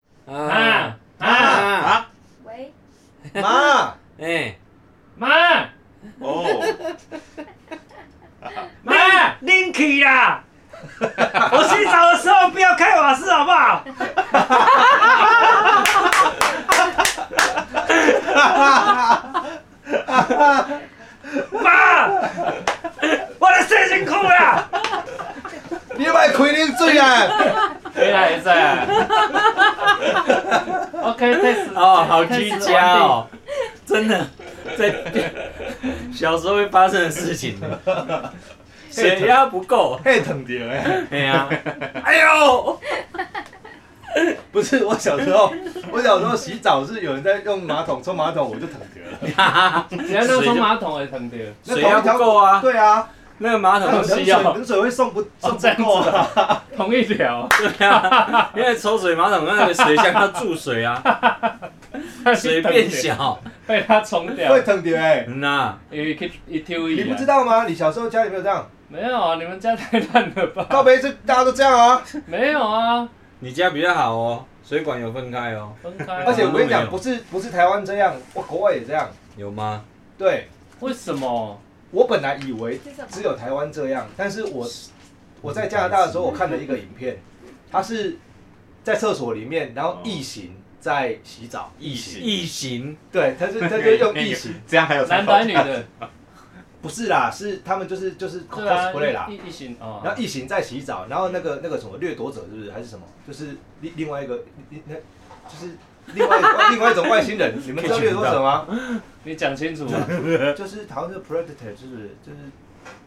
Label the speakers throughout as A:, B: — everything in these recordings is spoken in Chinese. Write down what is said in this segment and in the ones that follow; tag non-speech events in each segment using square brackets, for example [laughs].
A: 啊哎哎
B: 啊 OK test
A: 哦，好居家哦，真的，在小时候会发生的事情，血压不够，
C: 太疼爹了欸。
A: 哎呀，哎呦，
C: 不是我小时候，我小时候洗澡是有人在用马桶冲马桶，我就疼爹了。
A: 哎
B: 你要用冲马桶会疼的。
C: 那
A: 水压
C: 同一条
A: 不够啊，
C: 对
A: [laughs]
C: 啊，
A: 那个马桶
C: 冷
A: 都
C: 水
A: 需要，哦
C: 冷水会送不送
B: 这样
C: 不够啊？
B: 同一条，
A: 对啊，因为抽水马桶那个水箱要注水啊，水变小，
B: 被他冲
A: 啊
B: 掉
C: [laughs] 会，疼爹哎，
A: 嗯呐，
B: 因为去一丢
C: 你
B: 一
C: 不知道吗？你小时候家里没有这样，
B: 没有啊，你们家太烂了吧？
C: 告别这大家都这样
A: [laughs]
C: 啊。
B: 没有啊，
A: 你家比较好哦，水管有分开哦，
B: 分开啊。
C: 而且我跟你
A: 没
C: 讲，
A: 有
C: 不是不是台湾这样，我国外也这样。
A: 有吗？
C: 对
B: 为什么？
C: 我本来以为
D: 是什么
C: 只有台湾这样，但是我我在加拿大的时候，我看了一个影片，他是在厕所里面，然后异形在洗澡，
A: 异形，异形，
C: 对，他是他就用异形，
A: [laughs]
E: 这样还有参
B: 男
E: 考
B: 的女的？
C: 不是啦，是他们就是就是
B: 对啊
C: cosplay 啦，，
B: 一一行哦。
C: 然后异形在洗澡，然后那个那个什么掠夺者是不是还是什么，就是另另外一个那就是另外
A: [laughs]
C: 一个另外一种外星人，你们知道掠夺者吗？
B: 你讲清楚啊，
A: 呃
C: 就是好像是 predator，是不是就是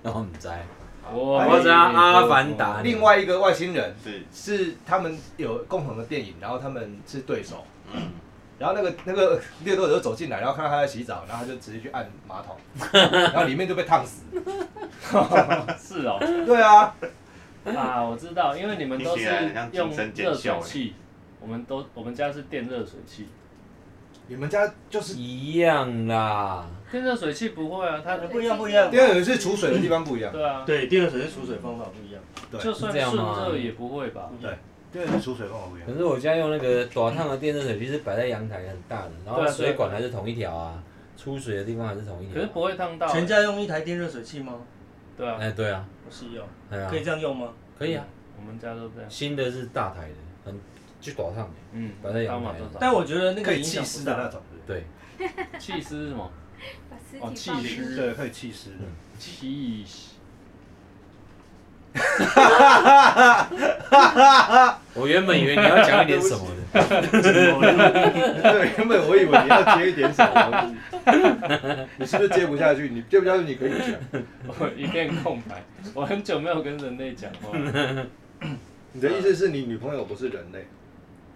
A: 然后我们在，
B: 我
C: 我
A: 知道阿凡达
C: 另外一个外星人？
E: 是，
C: 是他们有共同的电影，然后他们是对手。然后那个那个猎头就走进来，然后看到他在洗澡，然后他就直接去按马 [laughs] 桶，然后里面就被烫死。
B: 是哦，
C: 对啊，
B: 啊，我知道，因为你们都是
E: 听起来很像
B: 用
E: 谨慎
B: 热
E: 见
B: 水
E: 效欸
B: 器，我们都我们家是电热水器，
C: 你们家就是
A: 一样啦，
B: 电热水器不会啊，它
F: 不一样不一样
C: 第二个是储水的地方不一样，
B: 对啊，
F: 对，第二水是储水方法不一样。
C: 对
B: 就算
A: 是这样
B: 顺
A: 吗
B: 热也不会吧？
C: 第二个是储水方哦法不一
A: 可。是我家用那个短烫的电热水器是摆在阳台很大的，然后
B: 对啊对啊
A: 水管还是同一条啊，出水的地方还是同一
B: 可
A: 条
B: 是，不会烫到欸，
F: 全家用一台电热水器吗？
B: 对啊，
A: 哎，对啊，
F: 我是要，
A: 哎呀
F: 可，以这样用吗？
A: 可以啊，
B: 我们家都这样，
A: 新的是大台的，很就短烫的，
B: 嗯，
A: 摆在阳
B: 当
A: 台
B: 晚都
F: 但我觉得那
C: 可
F: 个
C: 以
F: 影
C: 弃
F: 响
C: 尸
F: 不
C: 的那
F: 大。
C: 种，
B: [laughs]
A: 对，
B: 气湿是什么？
D: 把尸体
B: 哦
D: 放
B: 气
D: 进
B: 尸
D: 去
C: 对，可以弃尸 [laughs] 的。
B: 气
A: 我原本以为你要讲一点什么的，
C: 对，原本我以为你要接一点什么东 [laughs] 西，你是不是接不下去？你接不下去你可以讲。
B: [laughs] 我一片空白，我很久没有跟人类讲话，
C: 你的意思是你女朋友不是人类？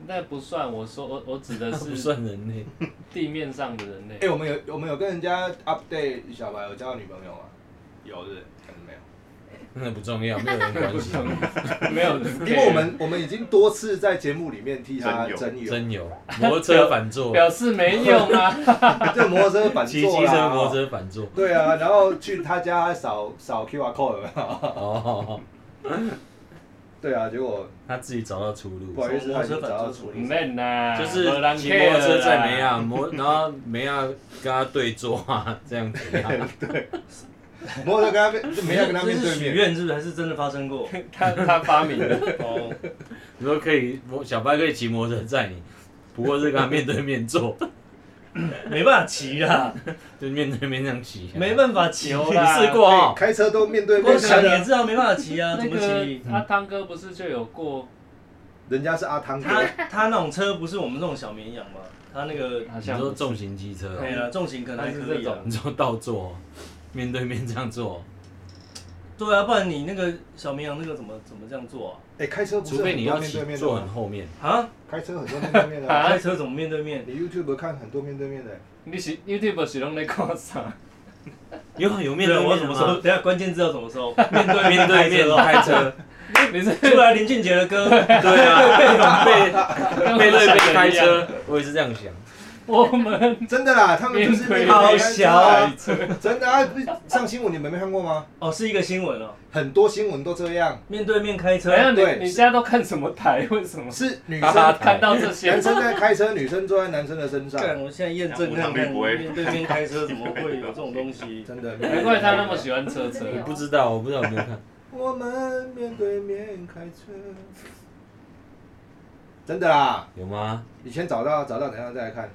B: 那不算，我说我我指
A: [laughs]
B: 的
A: 不
B: 是
A: 算人类。
B: 地面上的人类
C: 哎、，我们有我们有跟人家 update 小白有交到女朋友吗？有是不是还是没有？
A: 那不重要，没有人关
B: [laughs]
A: 心。
B: 没有人 care，
C: 因为我们我们已经多次在节目里面替他争友，
A: 真有摩托车反坐，
B: 表示没用啊。
C: [laughs] 这摩托车反
A: 骑
C: 坐
A: 机车
C: 啦，
A: 摩托车反坐。
C: 对啊，然后去他家扫扫 QR code，有没有 [laughs]
A: 哦，
C: 对啊，结果
A: 他自己找到出路
C: 不。好意思，
F: 摩
C: 他
F: 托
C: 已经
F: 车
C: 找
F: 反
C: 到
F: 坐
C: 处
B: 唔
C: 理。
B: 免啦，
A: 就是
B: 没人
A: 骑摩托车啊
B: care
A: 在
B: 啦
A: 梅亚摩，然后梅亚跟他对坐啊，这样子啊。
C: 摩托车跟他面没有跟他面
F: 这
C: 对
F: 是许
C: 面，
F: 愿是不是？还是真的发
C: [laughs]
F: 生过？
B: 他他发明
A: [laughs]
B: 的，
F: 哦，
A: 你说可以，我小白可以骑摩托车载你，不过是跟他面对面坐，
F: 没办法骑啦，
A: 就面对面这样骑。
F: 没办法骑
B: 有
A: 你
B: 啦
C: [laughs]
A: 试过
C: 哎
A: 哦？
C: 开车都面对面
F: 光，想也
C: 人
F: 知道没办法
B: [laughs]
F: 骑啊，
B: 那
F: 怎么骑？
B: 个阿汤哥不是就有过，
C: 人家是阿汤哥，
F: 他 [laughs] 他那种车不是我们这种小绵羊嘛？他那
B: [laughs]
F: 个
B: 好
A: 你
B: 像
A: 说重型机车
F: 对
A: 哦，
F: 了，重型可能还可以啊。
A: 你说倒坐哦，面对面这样坐哦，
F: 对啊，不然你那个小绵羊那个怎么怎么这样做啊？
C: 哎，开车不是
A: 除非你要
C: 很多
A: 骑
C: 面对面的
A: 坐很
C: 吗，
A: 后面。
F: 啊，
C: 开车很多面对面的
A: [laughs]
C: 啊，
F: 开车怎么面对面？
C: 你 YouTube 看很多面对面的，
B: 你是 YouTube 是拢在看啥？
A: 有有面
F: 对，啊
A: 对
F: 我
A: 面
F: 怎
A: 的
F: 么说？
A: [laughs] 吗？
F: 等一下关键字要怎么说？面对
A: 面 [laughs]
F: 面
A: 对啊面
F: 开车
A: 开车，
B: 你是
F: [laughs] 哦。出来林俊杰的歌，
A: 对啊，被
B: 跟
A: 被瑞
B: 想
A: 贝
B: 的
A: 开
B: 一样，
A: 车，我也是这样想。
B: 我们
C: 真的啦，他们就是面对面
F: 好
C: 开车啊
F: 小
C: 真的啊，不是上新闻你们没看过吗？
F: 哦，是一个新闻哦。
C: 很多新闻都这样，
F: 面对面开车
B: 怎，样？
C: 对
B: 你你现在都看什么台？
A: [laughs]
B: 为什么
C: 是女
A: 哈哈
C: 生
B: 看到这些
C: 男？生在开车，女生坐在男生的身上，
F: 干！我现在验证看看，面对面开车怎么会有这种东西？
C: [laughs] 真的。
B: 难怪他那么喜欢车车，
A: 我不知道，我不知道有没有看。
C: 我们面对面开车，真的啦！
A: 有吗？
C: 以前找到找到，等一下再来看。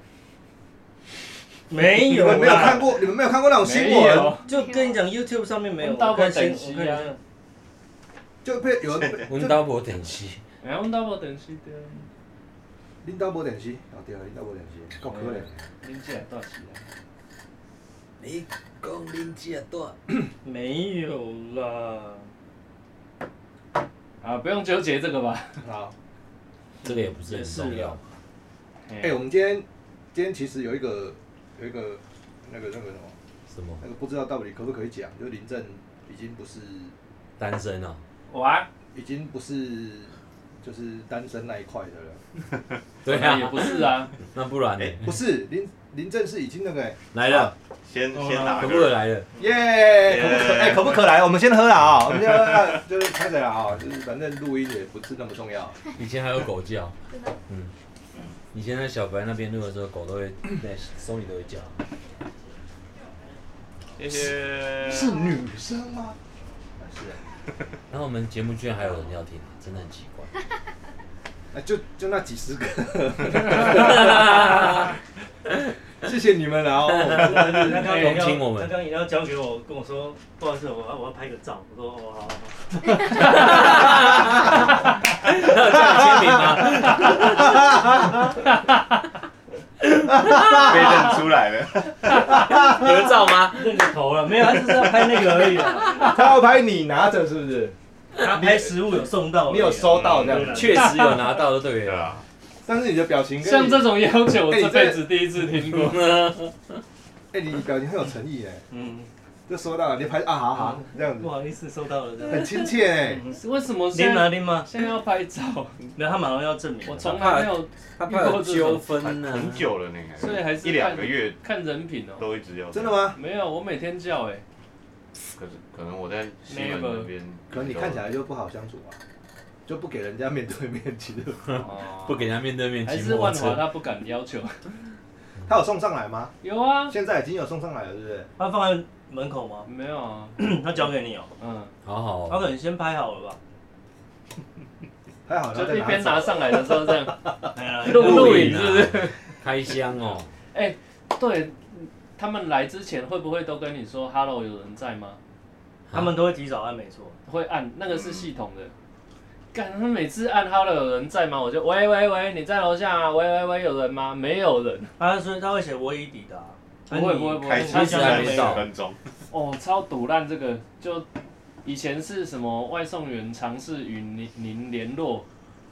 F: 没
C: 你
F: 有
C: 们没有看
F: 啦，
C: 过，你们没有看过那种新
B: 啊没
C: 闻，
B: 有，
F: 就跟你讲，YouTube 上面没有。
B: 我们到
F: 我看
B: 不等
F: 先
B: 级
F: 我看一下
B: 啊
C: 就被有人
A: 温
C: 就
A: 刀婆等级，
B: 然后 double 等级的，
C: 恁兜无电视？哦对啊，恁兜无电视，够可怜。
B: 恁姐也到啊齐了，
C: 你讲恁姐多？
F: 没有啦，
B: 啊，不用纠结这个吧。
C: 好，
A: 这个也不是很重要。
C: 哎、
B: 哎
C: 我们今天今天其实有一个有一个那个那个什么，
A: 什么
C: 那个不知道到底可不可以讲，就是林正已经不是
A: 单身啊？
B: 哇，
C: 已经不是就是单身那一块的了。
A: 对
B: 也不
A: 啊，哎
B: 是啊，
A: 那不然呢？
C: 不是林林正是已经那个欸
A: 来了，
D: 先先打
A: 可
D: 个
A: 不可
C: 哦
A: 来了？
C: 耶、可不可哎、可不可来？我们先喝了啊、我们先喝了，就是开始了啊、就是反正录音也不是那么重要。
A: 以前还有狗叫，
E: 真的
A: 嗯，以前在小白那边录的时候，狗都会在松里都会叫。
D: 谢谢。
C: 是女生吗？是，
A: 然后我们节目居然还有人要听，真的很奇 [laughs] 怪。
C: 哎，就就那几十个。 [laughs] 谢谢你们了哦。
F: 他刚刚饮
A: 同情我
F: 料，
A: 们
F: 他刚刚饮料交给我，跟我说不好意思，我要我要拍个照。我说哦，好好好。
A: 还有叫你签名吗？ [laughs]
D: 被认出来了，
A: 合照吗？
F: 认个头了，没有，他就是要拍那个而已啦。
C: 他要拍你拿着是不是？
F: 他拍食物有送到而已啊，
C: 你有收到这
F: 对啦
C: 样，
A: 确实有拿到的对
D: [laughs] 对
A: 了。
D: 啊，
C: 但是你的表情跟
B: 像
C: 你
B: 这种要求，我
C: 哎
B: 这
C: 你这
B: 辈子第一次听过。
C: 哎、你表情很有诚意哎，
F: 嗯，
C: 就收到了，你拍啊哈哈这样
F: 不
C: 子，
F: 好意思，收到了。
C: [laughs]
F: 这样
C: 很亲切哎。
B: [laughs] 为什么
F: 拎
B: 现
F: 吗
B: 在
F: 拎吗？
B: 现在要拍照？
F: 然后他马上要证明了。
D: [laughs]
F: 啊
B: 我从来没有，
A: 他怕有纠纷呢。
D: 很久了呢，
B: 所以还是
D: 一两个月
B: 看人品哦。
D: 都一直要。
C: 啊真的？吗？
B: 没有，我每天叫
D: [laughs]
B: 哎，
D: 可是可能我在西门那边，
C: 可能你看起来就不好相处啊，就不给人家面对面其实
F: [laughs]
A: 不给人家面对面
B: 哦还
A: 骑
B: 是
A: 摩
B: 万
A: 托
B: 华
A: 车，
B: 他不敢要求。
C: 他有送上来吗？
B: 有啊，
C: 现在已经有送上来了，是不是？
F: 他放在门口吗？
B: 没有啊，
F: 他交给你哦。
B: 嗯，
A: 好好
F: 他
A: 哦，
F: 可能先拍好
B: [laughs]
F: 了吧？
C: 还好，
B: 就
C: 然后
B: 一
C: 再
B: 边
C: 拿
B: 拿
C: 走。
B: 上来的时候这样 [laughs]
F: 哎呀
B: 录录影
A: 啊
B: 是不是？
A: 开箱哦，
B: 哎，对，他们来之前会不会都跟你说 “hello” 有人在吗？
F: 他们都会提早按，没错。
B: 会按那个是系统的。干，他们每次按 “hello” 有人在吗？我就喂喂喂，你在楼下啊？喂喂喂，有人吗？没有人。
F: 他啊所以他会写我已抵达。啊
B: 不会不会不会
D: 开
F: 开
D: 机
A: 其实还
D: 三
A: 没
D: 十
A: 到
D: 分钟，
B: 哦，超堵烂这个，就以前是什么外送员尝试与您您联络，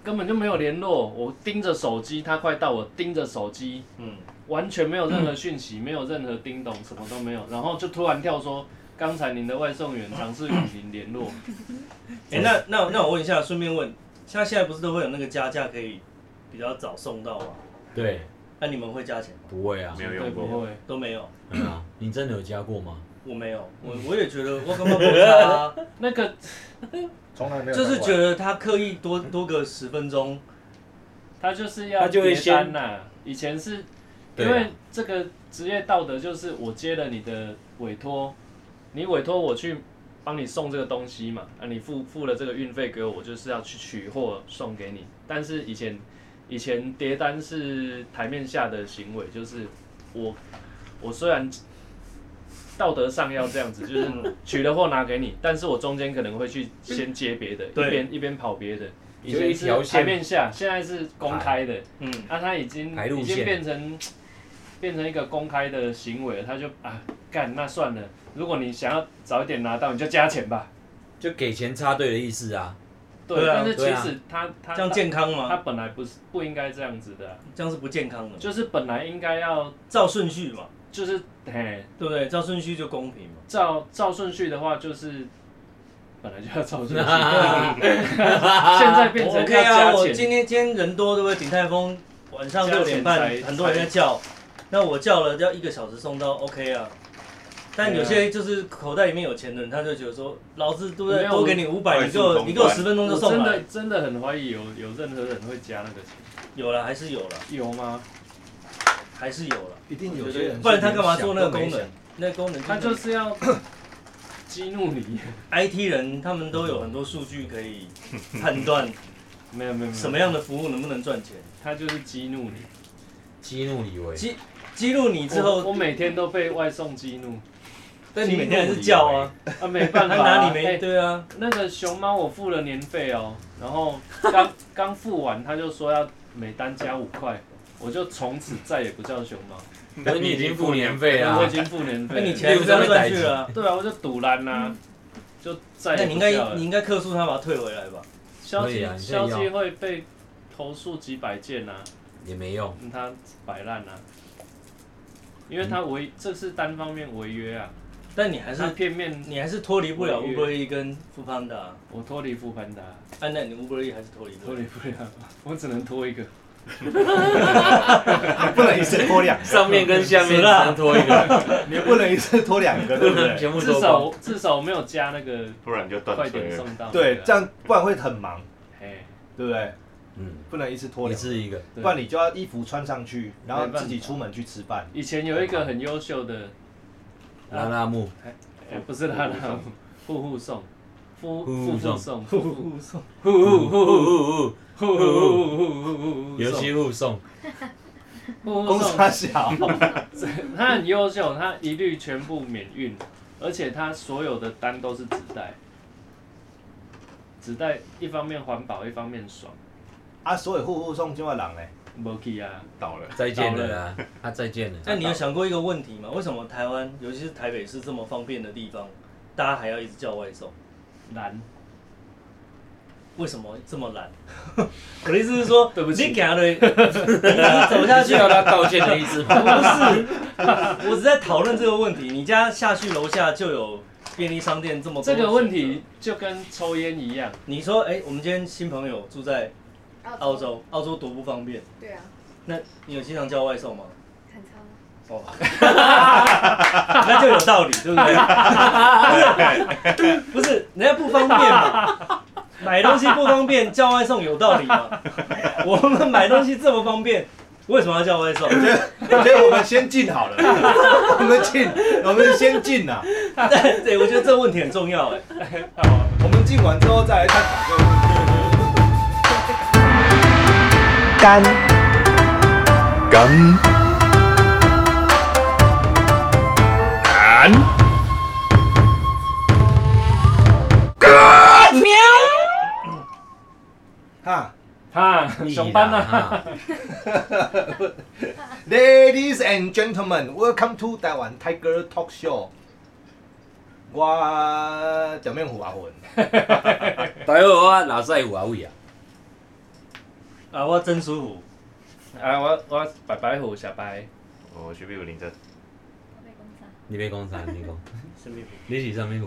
B: 根本就没有联络，我盯着手机，他快到我盯着手机，
F: 嗯，
B: 完全没有任何讯息，没有任何叮咚，什么都没有，然后就突然跳说。刚才您的外送员尝试与您联络，
F: 哎，那那那我问一下，顺便问，像现在不是都会有那个加价可以比较早送到吗？
A: 对，
F: 那你们会加钱吗？
A: 不会啊
D: 没，有
B: 对
D: 用
B: 不
D: 过。
B: 会？
F: 都没有，
A: 嗯啊，你真的有加过吗？
F: 我没有，我
B: 嗯
F: 我也觉得我根本不
B: [laughs]
F: 差啊。
B: 那个
C: 从来没有拿过
F: 就
C: 来。
F: 是觉得他刻意多多个十分钟，
B: 他就是要
A: 他就会
B: 接单
A: 先
B: 呐、以前是
A: 对
B: 因
A: 啊
B: 为这个职业道德就是我接了你的委托，你委托我去帮你送这个东西嘛，啊，你付付了这个运费给我，我就是要去取货送给你。但是以前以前叠单是台面下的行为，就是我我虽然道德上要这样子，就是取了货拿给你， [laughs] 但是我中间可能会去先接别的，
F: 对
B: 一边一边跑别的。
A: 以前一条
B: 台
A: 线
B: 面下，现在是公开的，
F: 嗯，
B: 那、啊他已经
A: 排路线
B: 已经变成变成一个公开的行为了，他就啊干那算了，如果你想要早一点拿到，你就加钱吧。
A: 就给钱插队的意思啊，
B: 对，
F: 对啊
B: 但是其
A: 对啊
B: 实他、他
F: 这样健康
B: 他他
F: 吗？
B: 本来不是不应该这样子的啊、
F: 这样是不健康的，
B: 就是本来应该要
F: 照顺序嘛，
B: 就是嘿
F: 对不对？照顺序就公平嘛。
B: 照照顺序的话就是。本来就要照顺序，
F: [laughs]
B: 现在变成要
F: OK 啊，
B: 加
F: 我
B: 钱
F: 今。天今天人多，对不对？鼎泰丰晚上六
B: 加
F: 点半
B: 钱才
F: 很多人在叫，那我叫了要一个小时送到，OK 啊。但有些就是口袋里面有钱的人，他就觉得说，老子对不
B: 没
F: 对？
B: 有
F: 多给你五百，
D: 快
F: 你
D: 速
F: 给我
D: 通
F: 你给我
D: 关
F: 十分钟就
B: 我
F: 送
B: 真
F: 来
B: 的。真的很怀疑有有任何人会加那个钱，
F: 有了还是有了，
B: 有吗？
F: 还是有了，
C: 一定有些人，
F: 不然他干嘛做那个功能？？那个功能
B: 他
F: 是
B: 就是要激怒你。
F: IT 人他们都有很多数据可以判断
B: 嗯没有没有没有，
F: 什么？样的服务能不能赚钱，
B: 他就是激怒你。
A: 激怒李维，
F: 激记录你
B: 嗯
F: 之
B: 我
F: 后，
B: 我每天都被外送激怒
F: 但你每天还是叫啊，
B: 啊，没
F: 他
B: 办法、啊，
F: 拿你没
B: 哎
F: 对啊，
B: [laughs] 那个熊猫我付了年费哦，然后刚刚付完他就说要每单加五块，我就从此再也不叫熊猫，
A: 可是你已经付年费
B: 因为我
A: 啊
B: 已，经付年费
F: 那
B: 了。
F: 哎你钱还是这样赚去了啊、
B: 对啊，我就堵拦啦，就再
F: 那
B: 也
F: 你应
B: 不
F: 该
B: 叫了
F: 你。应该克诉他，把他退回来吧。
B: 消
A: 可以
B: 极
A: 啊你现在
B: 消
A: 要
B: 极会被投诉几百件啊，
A: 也没用。
B: 让他摆烂啊，因为他违这是单方面违约啊，
F: 但你还是
B: 他片面
F: 你还是脱离不了
B: 我
F: Uber E 跟 f o o p a n d a 啊，
B: 我脱离富潘达，
F: 那你 Uber E 还是脱离不
B: 脱
F: 了
B: 离。不了，我只能脱一个。
C: 不能一次脱
F: [laughs]
C: 两，
A: 上面跟下面
F: 死啦
A: 相拖一个，
C: 你不能一次脱两个，
A: 不
C: 对不
F: [laughs]
A: 能
C: 对？
A: 全部
B: 至
A: 都
B: 少
A: 包。
B: 我至少我没有加那个
D: 不然就
B: 快
D: 断
B: 点
D: 炊了。
B: 送到。
F: 啊
C: 对，这样不然会很忙，
B: 哎，
C: 对不对？
A: 嗯，
C: 不能一次脱
A: 也
C: 两个，
A: 是一个。
B: 对
C: 不然你就要衣服穿上去，然后
B: 没办法
C: 自己出门去吃饭。
B: 以前有一个很优秀的，
A: 拉拉木，
B: 哎，不是他啦，户户送，夫
A: 户
B: 户
A: 户送
B: 户送，户户户
F: 送，
B: 户户户
A: 呼
B: 户户户户户户
A: 游
B: 送
A: 戏互送，
B: 户户
C: 公
B: 送
C: 差
F: [laughs]
C: 小，
B: 他很优秀，他一律全部免运，而且他所有的单都是纸袋，纸袋一方面环保，一方面爽，
C: 啊，所以户户送就要人欸嘞，
B: 无去啊，
D: 倒了，
A: 再见了啦，他再见了。
F: 那你有想过一个问题吗？为什么台湾，尤其是台北市这么方便的地方，大家还要一直叫外送？
B: 难，
F: 为什么这么懒？ [laughs] 我的意思是说，
B: 对不起
F: 你给他的，
B: [laughs]
F: 你走下去
A: 需要他道歉的意思吗？
F: 我是在讨论这个问题。你家下去楼下就有便利商店这么多
B: 哦这个问
F: 选择
B: 题，就跟抽烟一样，
F: 你说，哎、我们今天新朋友住在澳
E: 澳洲，
F: 洲，澳洲多不方便。
E: 对啊，
F: 那你有经常叫外送吗？
E: 很超。
F: 哦， [laughs] 那就有道理，对不对？不是，人家不方便嘛， [laughs] 买东西不方便，叫外送有道理 [laughs] 吗？我们买东西这么方便，为什么要叫外送？
C: 所 [laughs] 以我们先进好了， [laughs] 我们进，我们先进啊呐，
F: [laughs] 对，对我觉得这问题很重要哎。
C: 我们进完之后再来探讨这个问题。哈
B: 哈，熊班啊， [laughs]
A: 啊，
C: ，Ladies and gentlemen, welcome to 台湾 Tiger Talk Show。我表面虎
A: [laughs]
C: 阿魂，
A: 大家好，我哪在有阿伟啊？
F: 啊，我真舒服。
B: 啊，我我白白虎小白，
D: 哦我去屁股领着，
E: 我被攻杀，
A: 你别讲啥，你讲，
F: 生命
A: 你是上面有？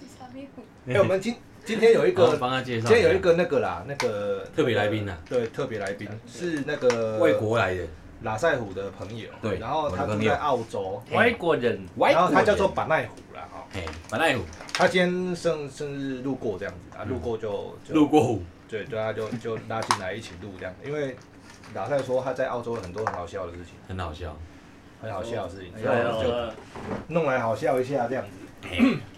E: 是上面虎。
C: 哎、我们今今天有一
A: 好
C: 个，
A: 帮他介绍。
C: 今天有一，个那个啦，那个
A: 特别来宾啊
C: 对，特别来宾是那个
A: 外国来的，
C: 拉塞虎的朋友，
A: 对
C: 然后他
A: 我的
C: 住
A: 朋友
C: 在澳洲，
B: 外国人，
A: 外
C: 然
A: 国
C: 后
A: 人
C: 他叫做板奈虎啦，哈，
A: 哎，本来有
C: 他今天生生日路过这样子啊，路过就就
A: 路过虎，
C: 对对啊，就就拉进来一起录这样，因为拉塞说他在澳洲有很多很好笑的事情，
A: 很好笑。
C: 很好笑的事情，
A: 哎
C: 所以
F: 有
B: 哎
C: 我哎们就哦
F: 了，
C: 弄来好笑一下这样子。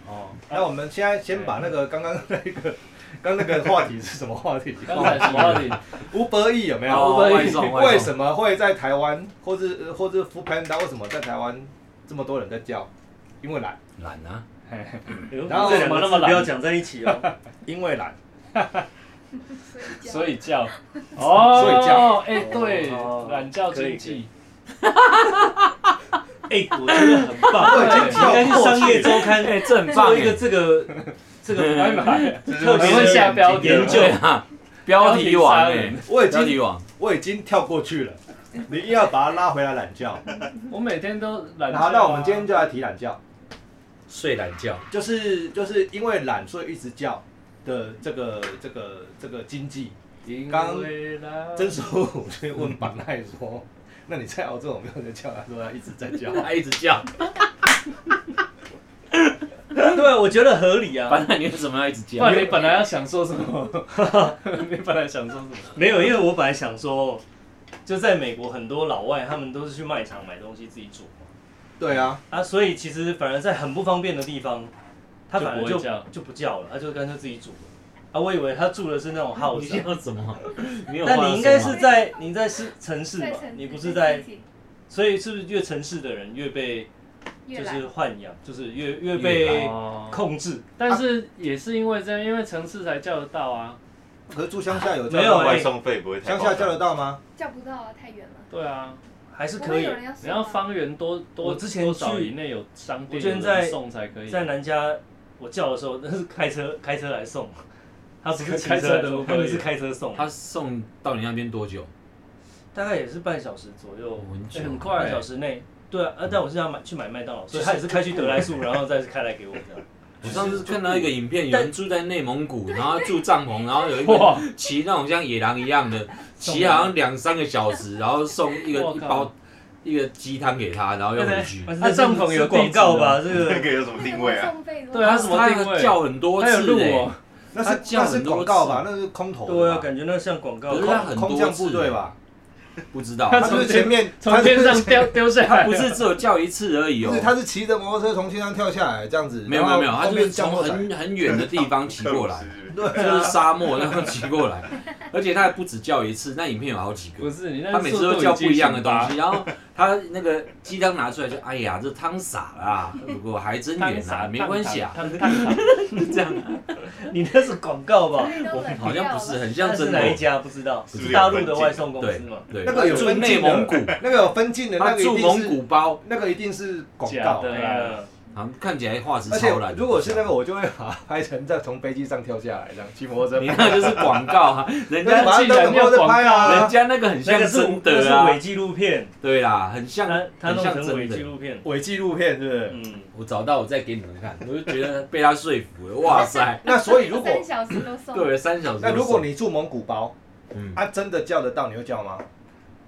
C: 哦，
A: 哎
C: 那我们现在先把那个刚刚那个。 [laughs] 刚那个话题是什么话题？
B: 刚才什么道理？
C: 吴伯 E 义有没有？
A: 哦外送外送
C: 为什么会在台湾，或是呃或是 f o o p a n d a 为什么在台湾这么多人在叫？因为懒，
A: 懒啊，
C: 然后
F: 这两
B: 怎么那
F: 个字
B: 么懒
F: 哎不要讲在一起哦。
C: 因为懒。
B: 所
E: 以
B: 以叫，哦，
C: 所以叫，
B: 哎，对
F: 哦，
B: 懒叫经济，
F: [laughs] 哎，我觉得很 [laughs] 棒，
C: 对
F: 你应该去商业周刊
A: 哎，这很棒
F: 做一个
A: 哎，嗯
F: 这个这个
B: 拜拜，
D: 这是
F: 特别
B: 很会下标题
F: 研究
A: 对啊，标题王
B: 标题杀
A: 哎
B: 人，
C: 我已
A: 标题
C: 经
A: 王，
C: 我已经跳过去了，你硬要把它拉回来懒觉。
B: 我每天都懒叫啊。
C: 好，那我们今天就来提懒觉，
A: 睡懒觉，
C: 就是就是因为懒所以一直叫的这个这个这个经济。刚真
B: 真
C: 舒服，我就问板奈 [laughs] 说：“那你在澳洲有没有在叫？”他说他一直在叫。
A: 他一直叫，
F: 对，我觉得合理啊。
A: 反正你为什么要一直叫
B: 不？然
A: [laughs]
B: 你本来要想说什
C: [laughs]
B: 么？你本来想说什么？
F: 没有，因为我本来想说，就在美国很多老外他们都是去卖场买东西自己煮嘛，
C: 对啊，
F: 啊，所以其实反而在很不方便的地方，他反而
B: 就
F: 就
B: 不会叫
F: 就不叫了，他就干脆自己煮了。啊，我以为他住的是
B: [laughs]
F: 那种 house，、啊、
A: 叫什么？你有
B: 啊
A: 话
F: 但
A: 说
F: 你应该
A: 吗
F: 是在你在市城市
E: 在
F: 嘛
E: 城，市
F: 你不是在
E: 经，济
F: 所以是不是越城市的人越被
E: 越
F: 就
E: 懒
F: 是豢养，就是越越
A: 越
F: 被
B: 哦
F: 控制？
B: 但是也是因为这样，因为城市才叫得到啊。
C: 可是住乡下有叫啊
F: 没有
D: 外
F: 哎
D: 送费不会太
C: 乡
D: 高。
C: 下叫得到吗？
E: 叫不到啊，太远了。
B: 对啊，
F: 还是
E: 不
F: 可
E: 会
F: 以
E: 有。人要送
B: 你要
E: 吗
B: 方圆多多
F: 我之前
B: 多少以
F: 去
B: 内有商
F: 我
B: 店
F: 之前
B: 有
F: 在
B: 人送才可以。
F: 在南家我叫的时候，那是开车开车来送，他不是骑
B: 开车
F: 车
B: 怎
F: 的，
B: 么
F: 我
B: 可以
F: 们是开车送，
A: 他送到你那边多久？
F: 大概也是半小时左右，
A: 很久
F: 哎很快，
B: 欸
F: 半小时内。对啊，啊但我是要买去买麦当劳，所以他也是开去德来速，然后再开来给我这样。 [laughs]
A: 我上次看到一个影片，有人住在内蒙古，然后住帐篷，然后有一个
B: 哇，
A: 骑那种像野狼一样的，骑好像两三个小时，然后送一个
B: 我靠
A: 一包一个鸡汤给他，然后要回去。
B: 啊帐篷有
F: 是广
B: 地址
F: 告
B: 的
F: 吧？这
D: 那
F: 个
D: 个有什么定位啊？
E: 送费多
B: 对啊
E: 少
B: 他什么定位
A: 他叫很多
B: 还有
A: 次
B: 路
A: 嘞、
B: 哦，
C: 那
A: 他
C: 是
A: 叫
C: 那是
A: 很多
C: 广告吧？
A: 次
C: 那是空投的吧。
F: [laughs] 对啊，感觉那个像广告
A: 可。是他
C: 空
A: 很
C: 空
A: 多
C: 降
A: 次
C: 部队吧？
A: 不知道，
B: 他
C: 他
B: 从
C: 就是前面
B: 从天上掉丢下来，
A: [laughs] 不是只有叫一次而已
C: 不
A: 哦
C: 是，。他是骑着摩托车从天上跳下来这样子，
A: 没有没有没有，
C: 然后
A: 他
C: 后
A: 就是
C: 面降
A: 从
C: 落伞。
A: 很很远的地方骑过来，
C: [laughs]
D: 是
C: 对
A: 就是
C: 啊，
A: 沙漠然后骑过来， [laughs] 而且他还不止叫一次，那影片有好几
B: 不
A: 个，
B: 是你那
A: 他每次
B: 速度
A: 都叫
B: 已
A: 不
B: 经
A: 一样的
B: 很
A: 东
B: 大
A: 西，然后他那个鸡汤拿出来就哎呀，这汤洒啦、不过还真
B: 汤
A: 远
B: 洒
A: 啊，没关系啊，
B: 汤汤洒
A: 这样
F: [laughs] 你那是广告 [laughs] 吧？
E: 我
A: 好像不是很像
F: 那是
A: 真
F: 哪一
A: 的。
F: 家？不知道，
D: 是不是
F: 是
D: 有
F: 大陆
D: 分
F: 的
D: 镜
F: 外送公司
A: 对
F: 嘛？
A: 对，
C: 那个有
A: 住
C: 分
A: 内
C: 镜
A: 蒙
C: 的 [laughs]
A: 古，
C: 那个有分镜的，那
A: 他
C: 个一
A: 住
C: 定
A: 蒙
C: 是
A: 古包，
C: 那个一定是广
B: 假
C: 告。
B: 的
F: 对啊，
A: 好像看起来画质
C: 而且
A: 超烂。
C: 如果是那个，我就会把它拍成在从飞机上跳下来这样骑摩托
A: [laughs]
C: 车 [laughs]
A: 你，那就是广告啊，人
C: 那
A: 家
C: 就把它当成摩托车拍
A: 人
C: 啊。
A: 家那个很
F: 那
A: 像
F: 个是
A: 真
F: 那
A: 的
F: 是
A: 啊
F: 伪，纪录片，
A: 对啦，很像
F: 他他
A: 很
F: 弄
A: 像
F: 成伪
A: 真
F: 纪
A: 的。
F: 录片。
C: 伪纪录片是不是？
F: 嗯，
A: 我找到我再给你们看，我就觉得被他说服了，哇塞，
C: 那所以如果
E: 三小时都送，
A: 对，三小时都
C: 那
A: 送。
C: 如果你住蒙古包，
A: 嗯
C: 啊，真的叫得到，你会叫吗？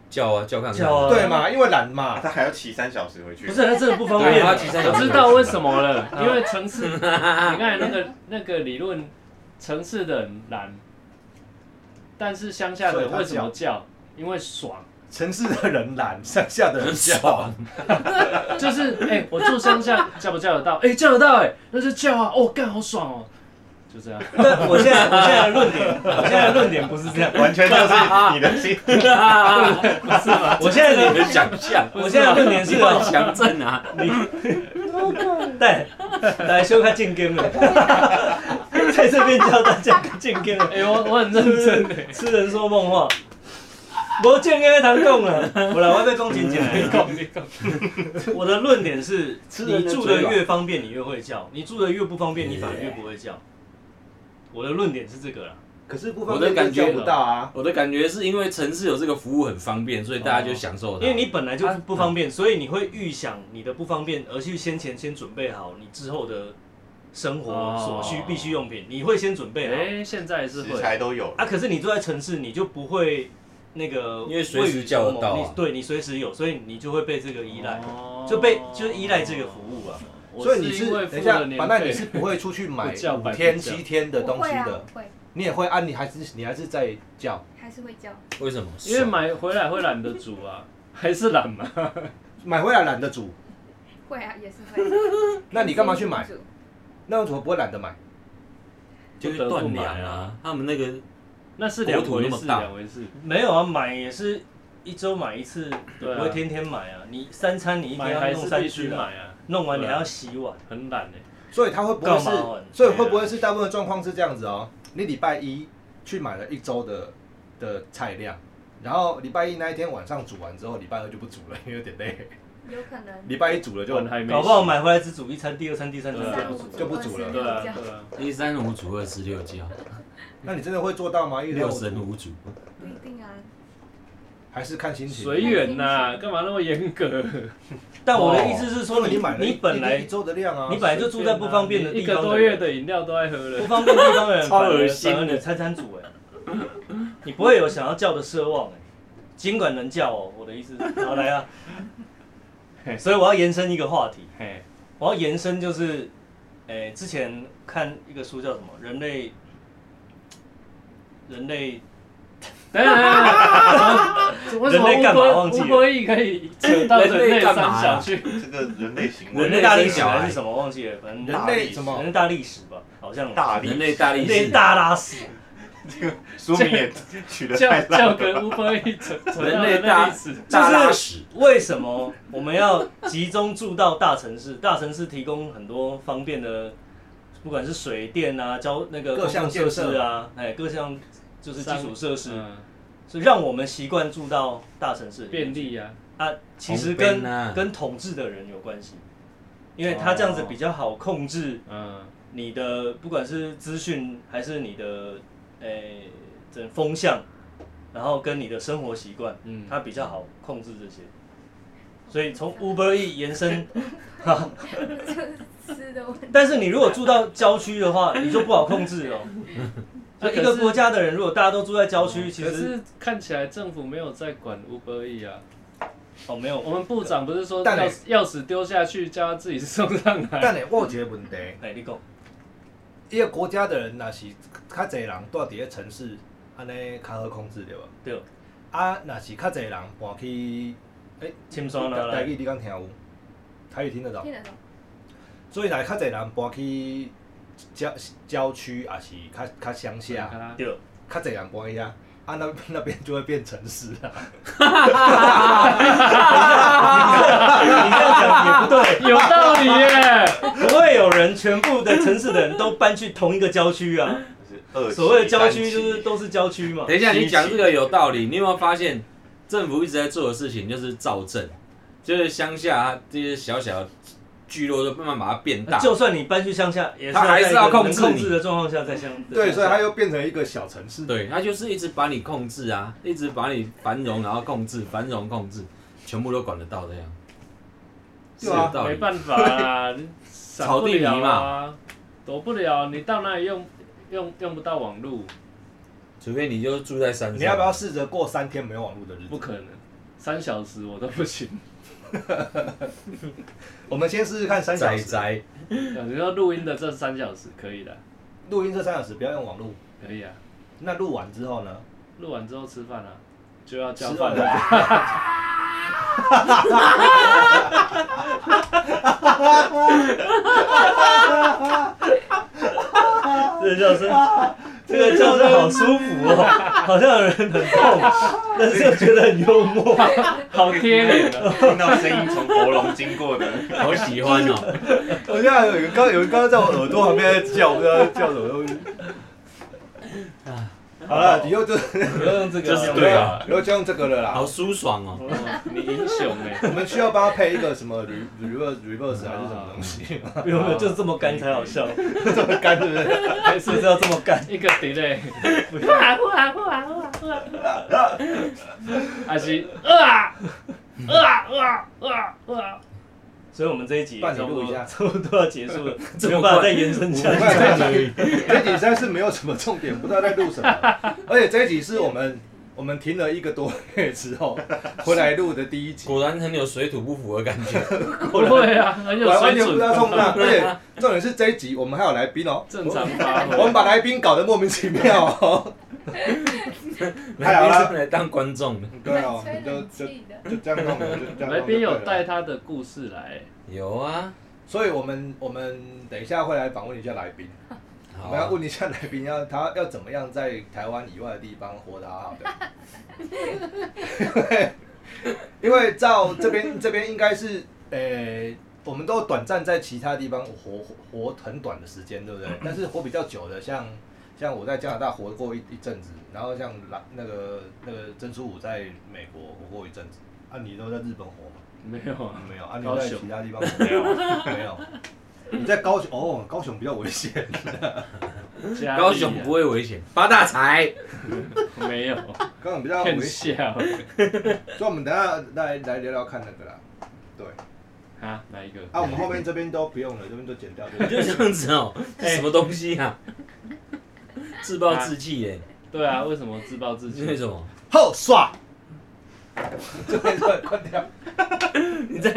A: 叫啊叫看看，
F: 叫啊
C: 对嘛，因为懒
D: 啊
C: 嘛。
D: 他还要骑三小时回去。
F: 不是，那真的不方
A: 对，
F: 便
A: 他。骑三小
B: 我
A: 时。
B: 知道为什么了，因为城市，你
A: 啊
B: 刚才那个那个理论，城市的很难，但是乡下的
C: 所以他
B: 为什么叫？因为爽，
C: 城市的人懒， [laughs] 乡下的
A: 很
C: 人
A: 爽
F: [laughs]
C: 叫。，
B: 就是哎、我住乡下叫不叫得到？哎、叫得到哎、那就叫啊！哦，干好爽哦，就这样。
F: 但我现在啊我现在的论点，我现在的论点不是这样。
D: 完全就是你的心。
F: [laughs] 我现在
A: 你
F: 的
A: 的想象，
F: 我
A: [laughs]
F: 现在的论点是
A: 你很强症啊，
F: 带来修他进更了，在这边教大家进更了
B: 哎、。我我很认真哎、
F: 痴人说梦话，无见该谈讲了。不然我要被攻进进来了。我的论点是，你住的越方便，你越会叫；你住的越不方便，你反而越不会叫。我的论点是这个啦。
C: 可是不
A: 我
C: 方
A: 的
C: 便
A: 感
C: 就
A: 觉
C: 叫不到啊。
A: 我的感觉是因为城市有这个服务很方便，所以大家就享受到。
F: 哦因为你本来就不方
B: 啊
F: 便，所以你会预想你的不方便，而去先前先准备好你之后的生活所需
B: 哦
F: 必需用品，你会先准备
B: 哎、
F: 好。
B: 现在是
D: 食
B: 会
D: 材都有
F: 啊，
D: 了，
F: 可是你住在城市，你就不会那个
A: 因为随时叫得到啊
F: 未雨绸缪你对你随时有，所以你就会被这个依赖，
B: 哦
F: 就被就是依赖这个服务啊。
B: 我
C: 所以你
B: 是
C: 是
B: 因为付
C: 等一下
B: 了，年
C: 反正你
B: 费
C: 是不会出去买
B: 不叫
C: 五
B: 白不
C: 天
B: 叫
C: 七天 [laughs] 的
E: 我
C: 东西
E: 会啊
C: 的，，
E: 会
C: 你也会啊？你还是你还是在叫，
E: 还是会叫，
A: 为什么？
B: 因为买回来会懒得煮啊， [laughs] 还是懒
F: [laughs]
B: 嘛。
C: 买回来懒得煮，
E: 会啊，也是会。
C: [laughs] 那你干嘛去买？
E: 自己煮？
C: 那我怎么不会懒得买？
A: 就是断粮啊，他们那个
B: 那是两
A: 国土
B: 回
A: 那么
B: 事，
A: 大
B: 两回事。
F: 没有啊，买也是一周买一次，
B: 对啊
F: 不会天天买啊。你三餐你一天
B: 买
F: 要
B: 还
F: 弄
B: 是
F: 三
B: 必须
F: 次啊，
B: 买啊，
F: 弄完你
B: 对啊
F: 还要洗碗。
B: 很懒哎、
C: 所以他会不会
F: 干
C: 是
F: 嘛哦玩？
C: 所以会不会是大部分的状况是这样子哦？你礼拜一去买了一周的的菜量，然后礼拜一那一天晚上煮完之后，礼拜二就不煮了，因为有点
F: [laughs]
C: 累。
E: 有可能
C: 礼拜一煮了就
B: 碗还没洗
F: 搞不好买回来只煮一餐，第二餐、第三餐
B: 对啊
E: 三
F: 都不
E: 五
F: 煮。
E: 煮
C: 就不煮了
B: 对啊
E: 二十六
B: 对啊，
A: 一三五煮二十六叫，
C: 那你真的会做到吗？一天
A: 六
C: 我
A: 神无主，
E: 觉不一定啊。
C: 还是看心情。
B: 随缘呐，干嘛那么严格？
F: 但我
B: 哦
F: 的意思是
C: 因
F: 说，
C: 为
F: 你
C: 你买了
F: 你
C: 一
F: 本来
C: 一周的量啊，
F: 你本 [laughs] 来就住在不方便的
B: 一
F: 地
B: 个
F: 方，
B: 多月的饮料都爱喝
F: 不
B: 了，
F: 方便地方的人，
A: 超
F: 反而
A: 恶心的
F: 反而你餐餐煮哎，你不会有想要叫的奢望哎，尽管能叫哦，我的意思是，好来啊， [laughs] 所以我要延伸一个话题，
B: 嘿，
F: 我要延伸就是，哎、之前看一个书叫什么《人类人类
B: 等一下等一下等一下，为什么
F: [laughs] 人类干嘛
B: 乌
F: 忘记
B: 龟
F: 了
B: 乌龟翼可以扯到人类三小去？
D: 这个人类行
A: 人
D: 为，
A: 类
F: 大历
A: 生
F: 史
A: 小
F: 还
A: 孩
F: 是什么忘记了，反正
C: 人类什
F: 人
C: 么
F: 类大历史吧，好像
D: 大力
A: 人类大力
F: 人类
A: 士，
F: 大拉屎，
D: 书名也取得
B: 叫
D: 太烂
B: 叫
D: 了
B: 个乌龟翼扯扯到
A: 人类
B: 人
A: 大
B: 类历史，
A: 大拉屎，
F: 为什么我们要集中住到大城市？ [laughs] 大城市提供很多方便的，不管是水电啊、交那个
C: 各项
F: 公
C: 建
F: 共设
C: 设
F: 施啊，哎，各项就是基础设施，
B: 嗯
F: 是让我们习惯住到大城市里面
B: 便利啊，
F: 啊，其实
A: 方
F: 跟、
A: 便啊
F: 跟统治的人有关系，因为他这
C: 哦
F: 样子比较好控制
B: 嗯，
F: 你的，不管是资讯还是你的诶、整风向，然后跟你的生活习惯，
B: 嗯
F: 他比较好控制这些。所以从 Uber E 延伸，
E: 就是吃的问题。
F: 但是你如果住到郊区
B: [laughs]
F: 的话，你就不好控制哦。所以一个国家的人，如果大家都住在郊区，其
B: 哦可
F: 实
B: 是看起来政府没有在管 Uber E 啊。
F: 哦没有
B: 我，们部长不是说
C: 但
B: 钥匙钥匙丢下去，叫他自己送上来？
C: 但你我有一个问题，
F: 哎，你讲，
C: 一个国家的人若是较侪人住伫咧城市，安尼较好控制对无？
F: 对，
C: 啊，若是较侪人搬去，
F: 轻松啦
C: 台
F: 来
C: 语，你敢听有？台语听得到
E: 听？得懂？
C: 所以若较侪人搬去郊郊区，也是较较乡下，
B: 啊，
F: 对，
C: 较侪人搬去遐。啊，那 [laughs] 那边就会变城市啊！
F: [laughs] 你这样讲也不
B: [laughs]
F: 对。
B: 有道理耶。
F: 不会有人全部的城市的人都搬去同一个郊区啊。
D: 就是二期
F: 所谓的郊区就是都是郊区嘛。
A: 等一下，你讲这个有道理。你有没有发现，政府一直在做的事情就是造镇，就是乡下啊这些小小的聚落，就慢慢把它变
C: 啊
A: 大。
F: 就算你搬去乡下，也是
A: 他还是
F: 在一个
A: 要控
F: 能
A: 制
F: 控
A: 你
F: 制的状况下在乡。
C: 对，
F: 在乡
C: 所以它又变成一个小城市。
A: 对，他就是一直把你控制啊，一直把你繁荣，然后控制，繁荣控制，全部都管得到这样。是
C: 对啊
A: 有道
B: 没
A: 理。
B: 办法啦，你闪不了啊，躲不了，你到那里用用用不到网络，
A: 除非你就住在山上。
C: 你要不要试着过三天没有网络的日
B: 不
C: 子？
B: 可能，三小时我都不行。 [laughs]
C: 我们先试试看三小
A: 宅
C: 时
A: 宅？
B: 你说录音的这三小时可以的，
C: 录音这三小时不要用网络。
B: 可以啊，
C: 那录完之后呢？
B: 录完之后吃饭啊，就要
C: 吃
B: 交
C: 完
B: 饭
C: 了
B: 了。
F: 这个叫声，这个叫声好舒服哦，好像有人很痛，但是又觉得很幽默。
B: [laughs] 好贴脸
C: [laughs]
B: 啊！
D: 听到声音从喉咙经过的，
A: 好喜欢哦！
C: [laughs] 我现 [laughs] 在有人刚有人刚刚在我耳朵旁边在叫，我不知道在叫什么东西。好了，以后就
F: 不要用这
A: 这是
F: 个，
A: 对啊，
C: 以后就用这个了
A: 好
C: 啦。
A: 舒爽哦。
B: 哦你英雄哎、
C: 我
B: [laughs]
C: 们需要帮他配一个什么 re- reverse reverse 还是什么东西吗？
F: 没有没有，就是这么干才好笑，
C: 这么干是不是？
F: 还是要这么干。
B: 一个 delay，
E: 哇哇哇哇哇！
B: 还是啊啊啊啊啊！
F: 所以我们这一集
C: 帮你
F: 差不
C: 录一
F: 多
C: 下
F: 差不多要结束了，没有办法再延伸下去。
C: 这一集实在是没有什么重点，不知道在录什么。而且这一集是我们我们停了一个多月之后回来录的第一集，
A: 果然很有水土不服的感觉。
B: 不会啊，很有
C: 完
B: 水
C: 全不知道冲
B: 准。
C: 浪。
A: [laughs]
C: 而且重点是这一集我们还有来宾哦，
B: 正常发
C: 我们
B: 挥，
C: 把来宾搞得莫名其妙哦。太好了
A: 来宾是来当观众的，
C: 对哦，
E: 吹
C: 你就
E: 冷
C: 就
E: 气的。
C: 就这样弄了，就这样弄就对了
B: 来宾有带，他的故事来、
A: 有啊。
C: 所以我们我们等一下会来访问一下来宾，我
A: 好
C: 们要
A: 啊，
C: 问一下来宾要他要怎么样在台湾以外的地方活得好好的，因为因为照这边这边应该是呃。我们都短暂在其他地方活活活很短的时间，对不对？但是活比较久的，像像我在加拿大活过一一阵子，然后像拉那个那个曾祖武在美国活过一阵子，啊，你都在日本活吗？
B: 没有啊？
C: 没有啊，你
B: 高
C: 在
B: 雄
C: 其他地方没有，没有。你在高雄哦，高雄比较危险。
B: 嘉义啊
A: 高雄不会危险，发大财。
B: 没
C: [laughs]
B: 有，
C: 高雄比较危
B: 骗
C: 险，
B: 笑
C: 所以我们等一下来来聊聊看那个啦。对，
B: 啊！哪一个？
C: 啊，我们后面这边都不用了，这边都剪掉。对不
A: [laughs] 就
C: 对
A: 这样子哦，什么东西啊？自暴自弃耶？
B: 对啊，为什么自暴自
A: 因为
B: 弃？
A: 什么？
C: [laughs] 好耍，这边快关掉。
A: 你在